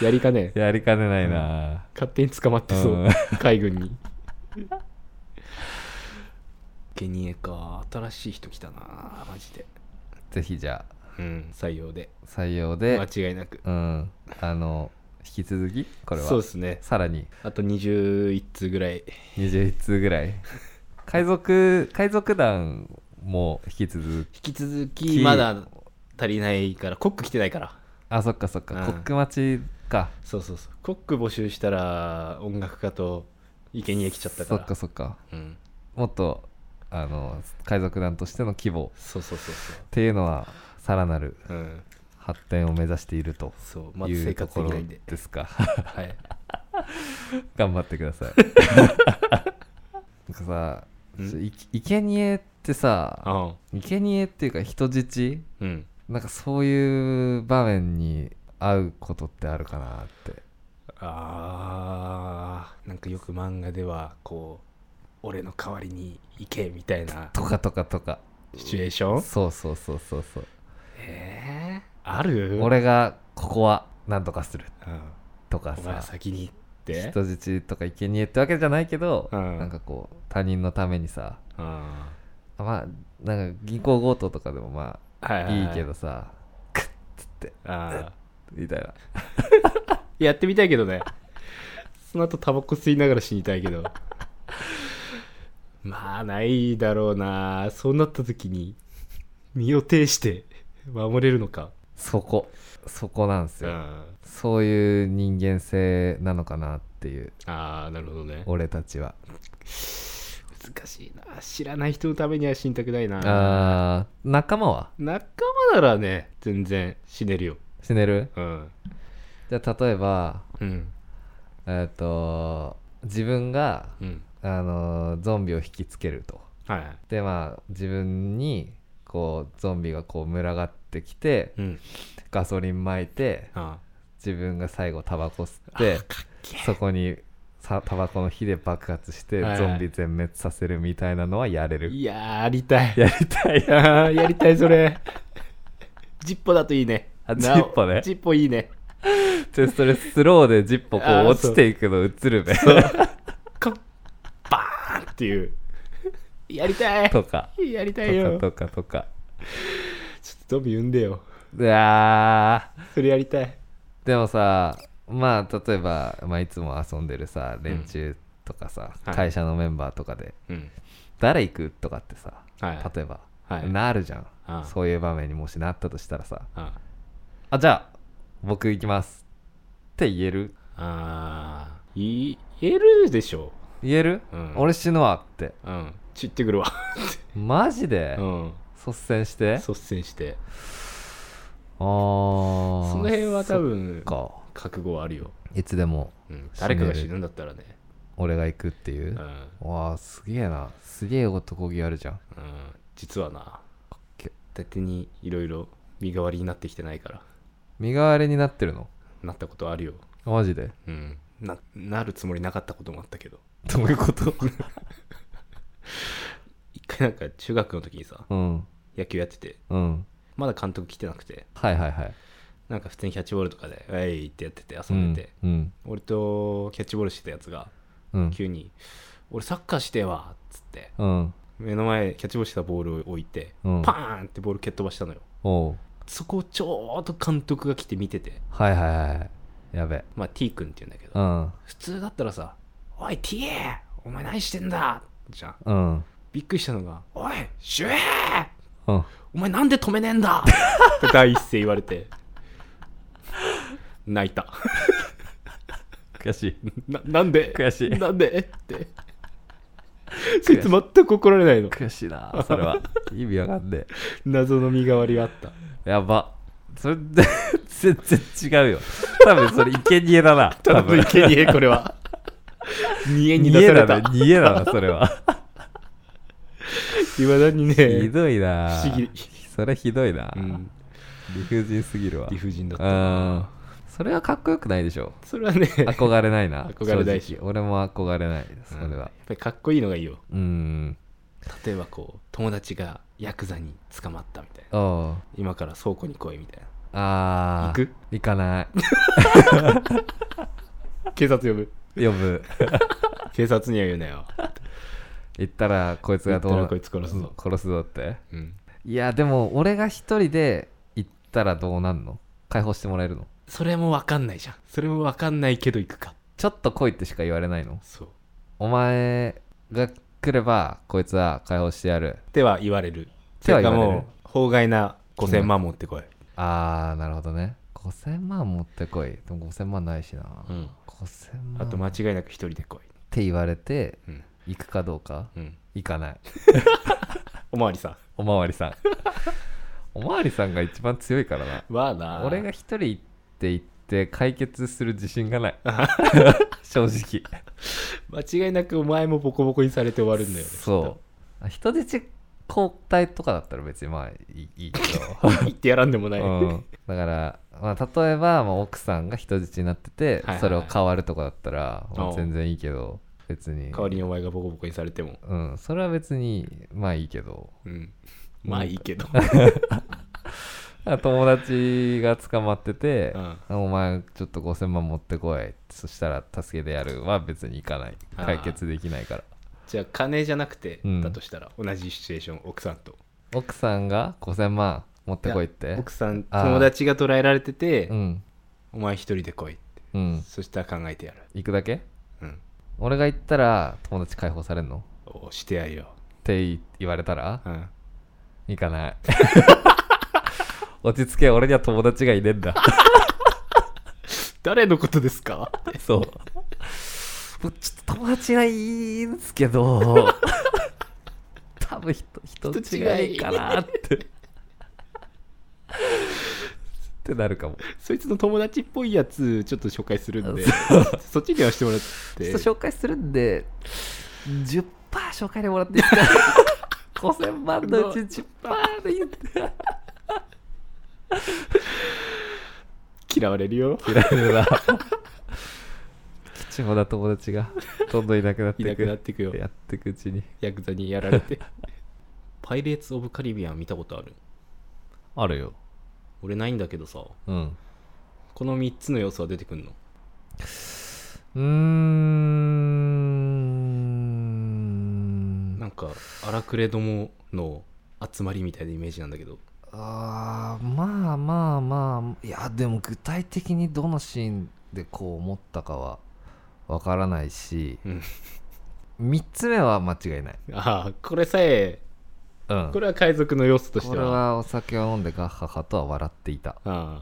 A: いやりかねえ
B: やりかねないな、
A: 勝手に捕まってそう、
B: うん
A: 海軍にゲニエか新しい人来たなマジで
B: ぜひじゃあ
A: うん採用で
B: 採用で、
A: 間違いなく
B: うんあの引き続きこれは
A: そうですね
B: さらに
A: あと21通ぐらい
B: 21通ぐらい海賊海賊団も引き続き
A: 引き続
B: き
A: きまだ足りないからコック来てないから
B: あそっかそっか、
A: うん
B: コック待ちか
A: そうそうそうコック募集したら音楽家と生贄来ちゃったか
B: そ
A: ら
B: っかそっか
A: うん、
B: もっとあの海賊団としての規模っ
A: そうそうそうそ
B: ていうのはさらなる
A: ううん
B: 発展を目指していると
A: そうま
B: い
A: ず生
B: うと
A: 活で
B: こ
A: き
B: ろ
A: ないんで
B: ですか
A: はい
B: 頑張ってく ださいなんか
A: ん
B: さい生贄ってさ
A: あ
B: 生贄っていうか人質
A: うん
B: なんかそういう場面に会うことってあるかなって
A: あーなんかよく漫画ではこう俺の代わりに行けみたいな
B: とかとかとか
A: シチュエーション
B: そうそうそうそうそう
A: えー、ある、
B: 俺がここは何とかする
A: うん、
B: とか
A: お前
B: さ
A: 先に行って
B: 人質とか生贄ってわけじゃないけど、
A: うん
B: なんかこう他人のためにさ
A: あ
B: まあなんか銀行強盗とかでもま
A: ーはい
B: あ
A: はい
B: い
A: はい
B: けどさクッつって
A: あ
B: みたいな
A: ーやってみたいけどね その後タバコ吸いながら死にたいけど まあないだろうなそうなった時に身を挺して守れるのか
B: そこそこなんです
A: う
B: よ、
A: ん
B: そういう人間性なのかなっていう
A: ああなるほどね
B: 俺たちは
A: 難しいな知らない人のためには死にたくないな
B: あー仲間は
A: 仲間ならね全然死ねるよ
B: 死ねる
A: うん
B: じゃあ例えば
A: うん
B: えっ、と自分が、
A: うん
B: あのゾンビを引きつけると
A: はいはい
B: でまあ自分にこうゾンビがこう群がってきて
A: うん
B: ガソリン撒いて
A: あ
B: 自分が最後タバコ吸 ってそこにさタバコの火で爆発して
A: はいはい
B: ゾンビ全滅させるみたいなのはやれ
A: あ
B: る、
A: いやーやりたい
B: やりたい
A: あーやりたいそれジッポだといいね
B: あ
A: なお
B: ジッポね
A: ジッポいいね
B: でそれスローでジッポこ
A: あー
B: う落ちていく の映るべ
A: かバーンっていうやりたい
B: とか
A: やりたい
B: とか
A: よちょっ
B: とかとか
A: とゾンビ産んでよ
B: うわー
A: それやりたい
B: でもさまあ例えば、まあ、いつも遊んでるさ連中とかさ、
A: はい
B: 会社のメンバーとかで、
A: うん
B: 誰行くとかってさ、
A: はい
B: 例えば、
A: はい
B: なるじゃん
A: ああ
B: そういう場面にもしなったとしたらさ
A: あ
B: あじゃあ僕行きますって言える
A: あーい言えるでしょ
B: 言える、
A: うん
B: 俺死ぬわって
A: うんちってくるわ
B: マジで、
A: うん
B: 率先して
A: 率先して
B: あー
A: その辺は多
B: そ
A: 分
B: っか
A: 覚悟はあるよ、
B: いつでも
A: うん
B: 死ね
A: 誰
B: る
A: かが死ぬんだったらね
B: 俺が行くっていうう、
A: ん、うん、
B: わあすげえなすげえ男気あるじゃん
A: 実はな
B: け
A: だてにいろいろ身代わりになってきてないから
B: 身代わりになってるの
A: なったことあるよ
B: マジで
A: うんななるつもりなかったこともあったけど
B: どういうこと
A: 一回なんか中学の時にさ
B: うん
A: 野球やってて
B: うん
A: まだ監督来てなくて
B: はいはいはい
A: なんか普通にキャッチボールとかで「えい!」ってやってて遊んでて、
B: うん
A: 俺とキャッチボールしてたやつが
B: うん
A: 急に「俺サッカーしてえわ」っつって
B: うん
A: 目の前キャッチボールしてたボールを置いて、
B: うん
A: パーンってボール蹴っ飛ばしたのよ
B: おう
A: そこをちょうど監督が来て見てて
B: はいはいはいはいやべ
A: まあ T 君って言うんだけど、
B: うん
A: 普通だったらさ「おい T! お前何してんだ!」じゃん
B: うん
A: びっくりしたのが「おいシュエー
B: うん
A: お前なんで止めねえんだ! 」って第一声言われて 泣いた
B: 悔しい
A: ななんで
B: 悔しい
A: なんでってそいつ全く怒られないの
B: 悔しいなそ れは意味わかんね
A: 謎の身代わりがあった
B: えやばそれで全然違うよ多分それ生贄 だな
A: た
B: 多分
A: だ生贄これは煮えに
B: 逃
A: 出
B: げ
A: され
B: だな
A: た
B: 逃げだなそれは
A: いまだに
B: ひ
A: ね、
B: どいな
A: 不思議
B: それひどいな、
A: うん、
B: 理不尽すぎるわ
A: 理不尽だった
B: うん
A: な
B: それはかっこよくないでしょ
A: それはね、やっ
B: 憧れないな
A: 憧れないし
B: 正直俺も憧れないそれは
A: ぱりかっこいいのがいいよ。
B: うん
A: 例えばこう、友達がヤクザに捕まったみたいな。
B: おう
A: 今から倉庫に来いみたいな。
B: あ
A: 行
B: あ
A: く
B: 行かない
A: 警察呼ぶ。
B: 呼ぶ
A: 警察には言うなよ。
B: 行ったらこいつがどう
A: 行ったらこいつ殺すぞ
B: 殺すぞって
A: うん。
B: いやでも俺が一人で行ったらどうなんの解放してもらえるの
A: それもわかんないじゃん。それもわかんないけど行くか。
B: ちょっと来いってしか言われないの
A: そう。
B: お前が来ればこいつは解放してやる
A: っては言われる。
B: ては言われる
A: てかもう、法外な5000万持ってこい。
B: あーなるほどね5000万持ってこいでも5000万ないしな、
A: うん。
B: 5000万
A: あと間
B: っ
A: 違いなく一人で来い。
B: て言われて
A: うん。
B: 行くかどうか
A: うん。
B: 行かない
A: おまわりさ。
B: おまわりさん おまわりさんが一番強いからなん
A: わあな。
B: 俺が一人行って行って解決する自信がない 正直
A: 間違いなくお前もボコボコにされて終わるんだよね。
B: そう人質交代とかだったら別にまあいいいい け
A: きっと。言ってやらんでもない。
B: ど、うん、だから、まあ、例えば、まあ、奥さんが人質になってて、
A: はいはい
B: それを変わるとかだったら、まあ
A: おう
B: 全然いいけど別に
A: 代わりにお前がボコボコにされても。
B: うん、それは別にまあいいけど
A: うん。まあいいけ ど。
B: あ友達が捕まってて
A: う、ん
B: あお前ちょっと5000万持ってこいそしたら助けてやるは別にいかない
A: あー
B: 解決できないから
A: じゃあ金じゃなくて、
B: うん
A: だとしたら同じシチュエーション、奥さんと。
B: 奥さんが5000万持ってこいって
A: や奥さん、
B: あー
A: 友達が捕らえられてて、
B: うん
A: お前一人で来いって。
B: うん
A: そしたら考えてやる。
B: 行くだけ
A: うん。
B: 俺が行ったら友達解放されんの
A: おしてやるよ。
B: って言われたら
A: うん。
B: 行かない 落ち着け俺には友達がいねえん だ
A: 誰のことですか
B: そうもうちょっと友達がいいんすけど多分人人違いかなってってなるかも
A: そいつの友達っぽいやつ、ちょっと紹介するんで、そっちにはしてもらっ
B: ち
A: て
B: ょっ。と紹介するんで10%紹介でもらっていい ですか5000万のうち10%でいいんで
A: 嫌われるよ。
B: 嫌いだな貴重な友達がどんどんいなくなっ て
A: い
B: いく
A: なくなっていくよ。
B: やってくうちに
A: ヤクザにやられて。パイレーツ・オブ・カリビアン見たことある
B: あるよ
A: 俺ないんだけどさ、
B: うん
A: この3つの要素は出てくんの
B: うーん
A: なんか、荒くれどもの集まりみたいなイメージなんだけど。
B: あーまあまあまあいやでも具体的にどのシーンでこう思ったかはわからないし、
A: うん
B: 3つ目は間違いない、
A: ああ、これさえ、
B: うん、
A: これは海賊の要素とし
B: こ
A: て
B: れ
A: は。
B: はお酒を飲んでガッハッハとは笑っていた
A: あ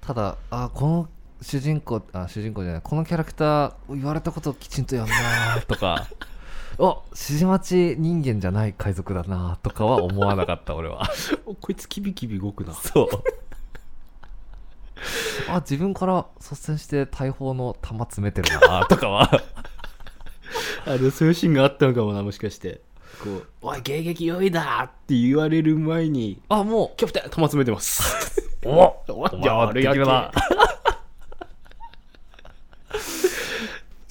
B: ただあこの主人公あ主人公じゃないこのキャラクター言われたことをきちんとやんなとかお指示待ち人間じゃない海賊だなとかは思わなかった俺は
A: あ。 おこいつキビキビ動くな。
B: そう あ自分から率先して大砲の弾詰めてるなとかは
A: あのそういうシーンがあったのかもなもしかしてこう「おい迎撃用意だ!」って言われる前に
B: あも
A: 「キャプテン弾詰めてます
B: うお」
A: お
B: お
A: い
B: 前は
A: やるやけ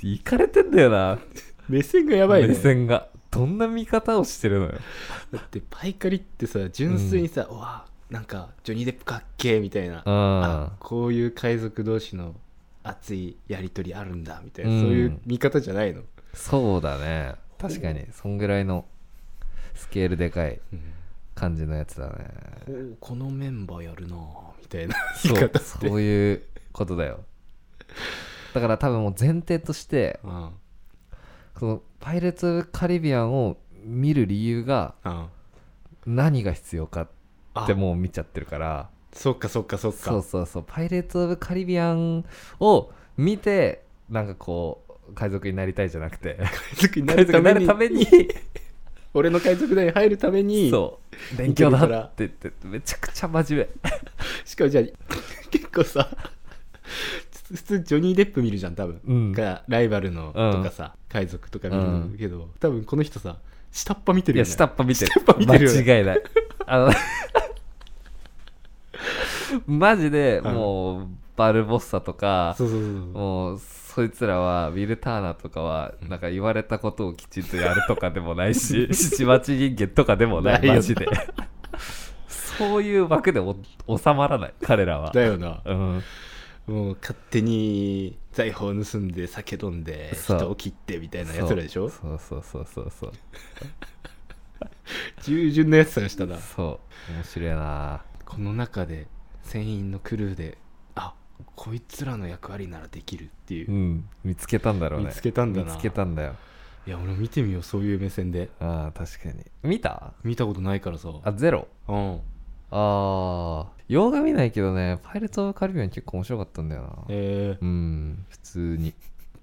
B: いかれてんだよな
A: 目線がやばいね
B: 目線がどんな見方をしてるのよ
A: だってパイカリってさ純粋にさ「うわなんかジョニー・デップかっけー」みたいな、
B: うん
A: あこういう海賊同士の熱いやり取りあるんだみたいな、
B: うん
A: そういう見方じゃないの、
B: そうだね確かにそんぐらいのスケールでかい感じのやつだね
A: おこのメンバーやるなぁみた いな
B: そ
A: 言いう方って
B: そういうことだよだから多分もう前提として
A: うんうん
B: そのパイレーツ・カリビアンを見る理由が
A: あ
B: 何が必要かってもう見ちゃってるから
A: そっかそっかそっか
B: そうそうそうパイレーツ・オブ・カリビアンを見てなんかこう海賊になりたいじゃなくて
A: 海賊にな
B: 海
A: る
B: 賊
A: た
B: にな
A: め
B: る
A: に
B: ために
A: 俺の海賊団に入るために
B: そう勉強
A: 見
B: だ
A: てるから
B: って言ってめちゃくちゃ真面目
A: しかもじゃあ結構さ 普通ジョニー・デップ見るじゃん多分、
B: うん
A: がライバルの
B: うん
A: とかさ、海賊とか見る
B: うん
A: けど、多分この人さ下っ端見て
B: い
A: るよ
B: や
A: ね
B: 下っ端見てる
A: 下っ端見てるよね
B: 間違いない あのマジでもうバルボッサとか
A: そうそうそうそう
B: もうそいつらはウィル・ターナーとかはなんか言われたことをきちんとやるとかでもな いし七町人間とかでもな
A: ない
B: い
A: よ
B: マジでそういう枠でお収まらない彼らは
A: だよな
B: うん、
A: もう勝手に財宝を盗んで酒飲んで
B: そう
A: 人を切ってみたいなやつらでしょ
B: そうそうそうそうそう
A: 従順なやつ探したな
B: そう面白いな
A: この中で船員のクルーであこいつらの役割ならできるっていう、
B: う
A: い
B: ん見つけたんだろうね
A: 見つけたんだな
B: 見つけたんだよ
A: や俺も見てみようそういう目線で
B: ああ確かに見た
A: 見たことないからさ
B: あゼロ
A: うん
B: ああ洋画見ないけどねパイレーツ・オブ・カリビアン結構面白かったんだよな
A: えー
B: うん普通に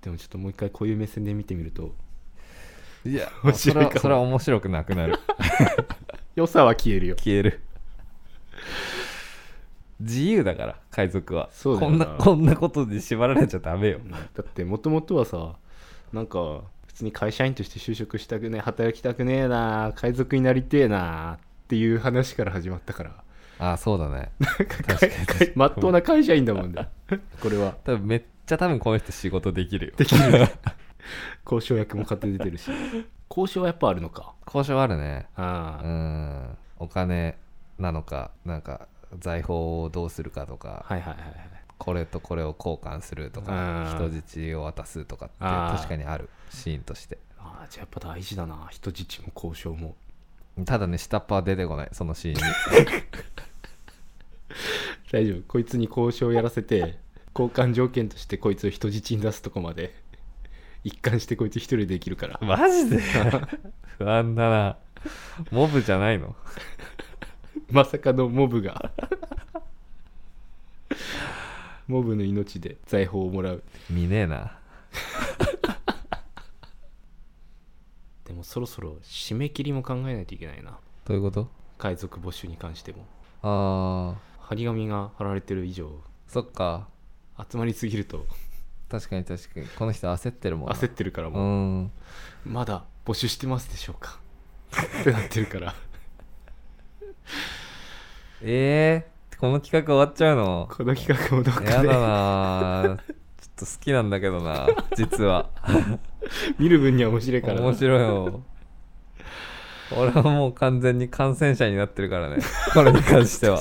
A: でもちょっともう一回こういう目線で見てみると
B: いや
A: 面
B: そ
A: 白い
B: れ
A: か
B: は
A: も
B: それは面白くなく なる
A: 良さは消えるよ
B: 消える自由だから海賊は
A: そうだ
B: こ
A: よ
B: ん
A: な
B: なこんなことに縛られちゃダメよ
A: だってもともとはさなんか普通に会社員として就職したくねえ働きたくねえな海賊になりてえなっていう話から始まったから
B: ああそうだね
A: なんか会会 まっとうな会社員だもんね これは
B: 多分めっちゃ多分この人仕事できるよ
A: できる交渉役も買って出 てるし交渉はやっぱあるのか
B: 交渉あるね
A: あ
B: う
A: あ、
B: んお金なのかなんか財宝をどうするかとか
A: はいはいはいはい
B: これとこれを交換すると
A: あ
B: か
A: ー
B: 人質を渡すとかって
A: あー
B: 確かにあるシーンとして
A: ああじゃあやっぱ大事だな人質も交渉も
B: ただね下っ端は出てこないそのシーンに
A: 大丈夫こいつに交渉やらせて交換条件としてこいつを人質に出すとこまで一貫してこいつ一人でできるから
B: マジで不安だなモブじゃないの
A: まさかのモブがモブの命で財宝をもらう
B: 見ねえな
A: でもそろそろ締め切りも考えないといけないな
B: どういうこと
A: 海賊募集に関しても
B: あ
A: 張り紙が貼られてる以上
B: ーそっか
A: 集まりすぎると
B: 確かに確かにこの人焦ってるもんな
A: 焦ってるから
B: う
A: もう、
B: ん
A: まだ募集してますでしょうかってなってるから
B: えー、この企画終わっちゃうの
A: この企画もどっか
B: やだ
A: で
B: なーちょっと好きなんだけどな実は
A: 見る分には面白いからな
B: 面白いよ俺はもう完全に感染者になってるからねこれに関しては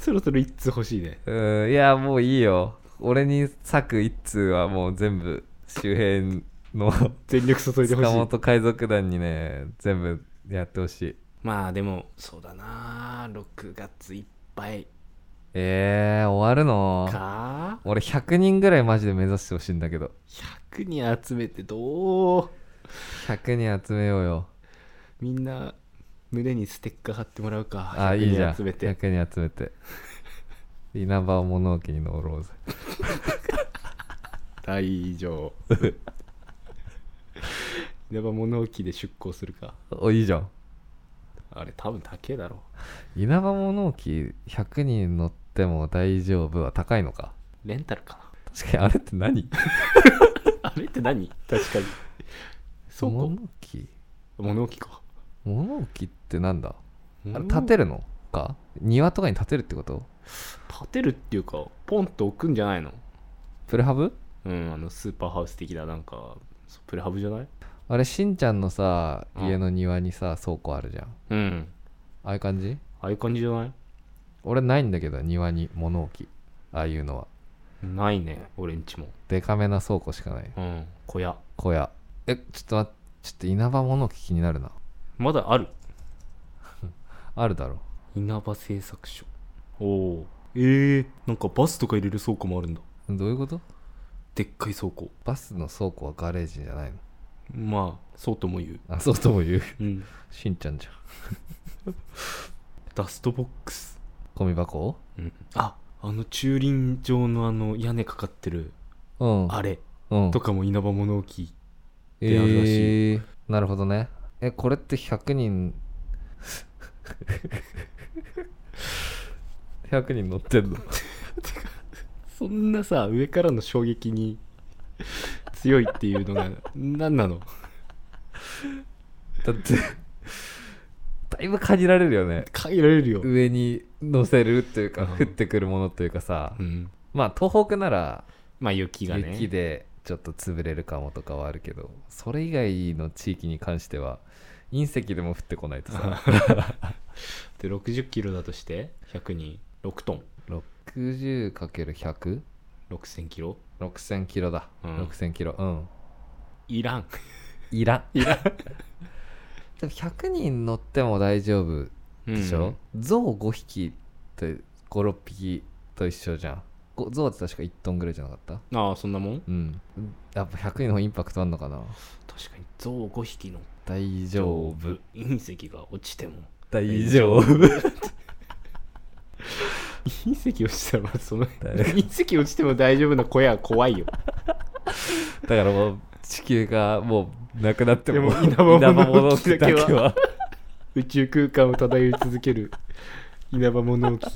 A: そろそろ一通欲しいね
B: うんいやもういいよ俺に割く一通はもう全部周辺の
A: 全力注いで
B: 塚
A: ほしい
B: 本海賊団にね全部やってほしい
A: まあでもそうだな6月いっぱい
B: えー、終わるの
A: か
B: 俺100人ぐらいマジで目指してほしいんだけど
A: 100人集めてどう
B: 100人集めようよ
A: みんな胸にステッカー貼ってもらうか
B: あいいじゃん
A: 100人集めて
B: 100人集めて稲葉を物置に乗ろうぜ
A: 大丈 夫やっぱ物置で出向するか
B: おいいじゃん
A: あれ多分高えだろ
B: 稲葉物置100人乗っても大丈夫は高いのか
A: レンタルか
B: 確かにあれって何
A: なあれって何確かにそう
B: 物
A: か
B: 置
A: 物置か
B: 物置ってなんだあれ
A: 物置
B: 建てるのか庭とかに建てるってこと
A: 立てるっていうかポンと置くんじゃないの
B: プレハブ
A: うんあのスーパーハウス的ななんかそうプレハブじゃない
B: あれしんちゃんのさ
A: うん
B: 家の庭にさ倉庫あるじゃん
A: うん
B: ああいう感じ
A: ああいう感じじゃない
B: 俺ないんだけど庭に物置ああいうのは
A: ないね俺んちも
B: デカめな倉庫しかない
A: うん小屋
B: 小屋えちょっと待ってちょっと稲葉物置気になるな
A: まだある
B: あるだろ
A: 稲葉製作所おおえー、なんかバスとか入れる倉庫もあるんだ
B: どういうこと
A: でっかい倉庫
B: バスの倉庫はガレージじゃないの
A: まあそうとも言う、
B: あそうとも言う
A: うん、
B: しんちゃんじゃん
A: ダストボックス、
B: ゴミ箱
A: うん、ああの駐輪場のあの屋根かかってる
B: うん
A: あれ
B: うん
A: とかも稲葉物置
B: え
A: てあるらし
B: ー、なるほどねえこれって100人 100人乗って んの
A: そんなさ上からの衝撃に強いっていうのが何なの
B: だって大いぶ限られるよね
A: 限られるよ、
B: 上に乗せるというか
A: うん
B: 降ってくるものというかさ
A: うん、
B: まあ東北なら
A: まあ雪がね
B: 雪でちょっと潰れるかもとかはあるけどそれ以外の地域に関しては隕石でも降ってこない とさ
A: で60キロだとして100人6トン
B: 60×100
A: 6000キロ
B: 6000キロだ、
A: うん
B: 6000キロうん
A: いらん
B: いらんい らんでも100人乗っても大丈夫でしょ、象5匹と56匹と一緒じゃんご象って確か1トンぐらいじゃなかった
A: うんああそんなもん
B: うんやっぱ100人の方がインパクトあんのかな
A: 確かに象5匹の
B: 大丈
A: 丈
B: 夫
A: 夫隕石が落ちても
B: 大丈夫
A: 隕石落ちたらまあその
B: 誰が
A: 隕石落ちても大丈夫な小屋は怖いよ
B: だからもう地球がもうなくなっても
A: でも稲葉物
B: 稲
A: 置
B: 葉
A: だけは
B: 物置
A: 宇宙空間を漂い続ける稲葉物置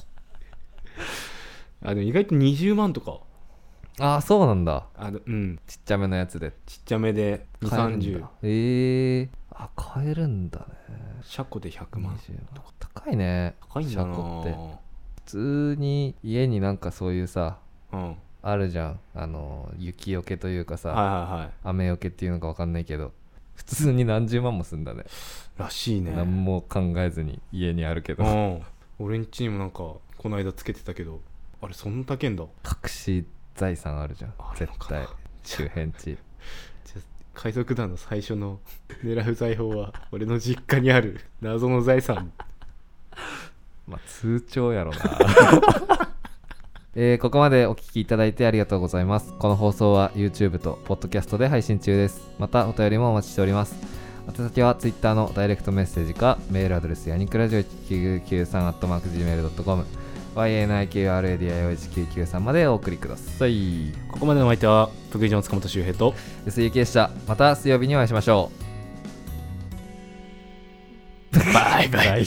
A: あの意外と20万とか
B: ああそうなんだ
A: あのうん
B: ちっちゃめのやつで
A: ちっちゃめで2
B: 買えるんだ
A: 3 0
B: ええあ買えるんだね
A: 車庫で100万
B: 20高いね
A: 高いんだな
B: 車庫って
A: ぁ
B: 普通に家になんかそういうさ
A: うんはい
B: あるじゃんあの雪よけというかさ、
A: はいはい
B: 雨よけっていうのかわかんないけど普通に何十万もすんだね
A: らしいね
B: 何も考えずに家にあるけど、
A: うん俺んちにもなんかこの間つけてたけどあれそんな高いんだ
B: 隠し財産あるじゃん
A: ある
B: 絶
A: のかな
B: 対 周辺地
A: じゃあ海賊団の最初の 狙う財宝は俺の実家にある謎の財産
B: まあ通帳やろな えーここまでお聞きいただいてありがとうございますこの放送は YouTube と Podcast で配信中ですまたお便りもお待ちしております宛先は Twitter のダイレクトメッセージかメールアドレスやニクラジオ 1993-gmail.com ynikradio1993 までお送りください
A: ここまでのお相手は福井城の塚本周平と
B: 薄井ゆきでしたまた水曜日にお会いしましょう
A: バイバイ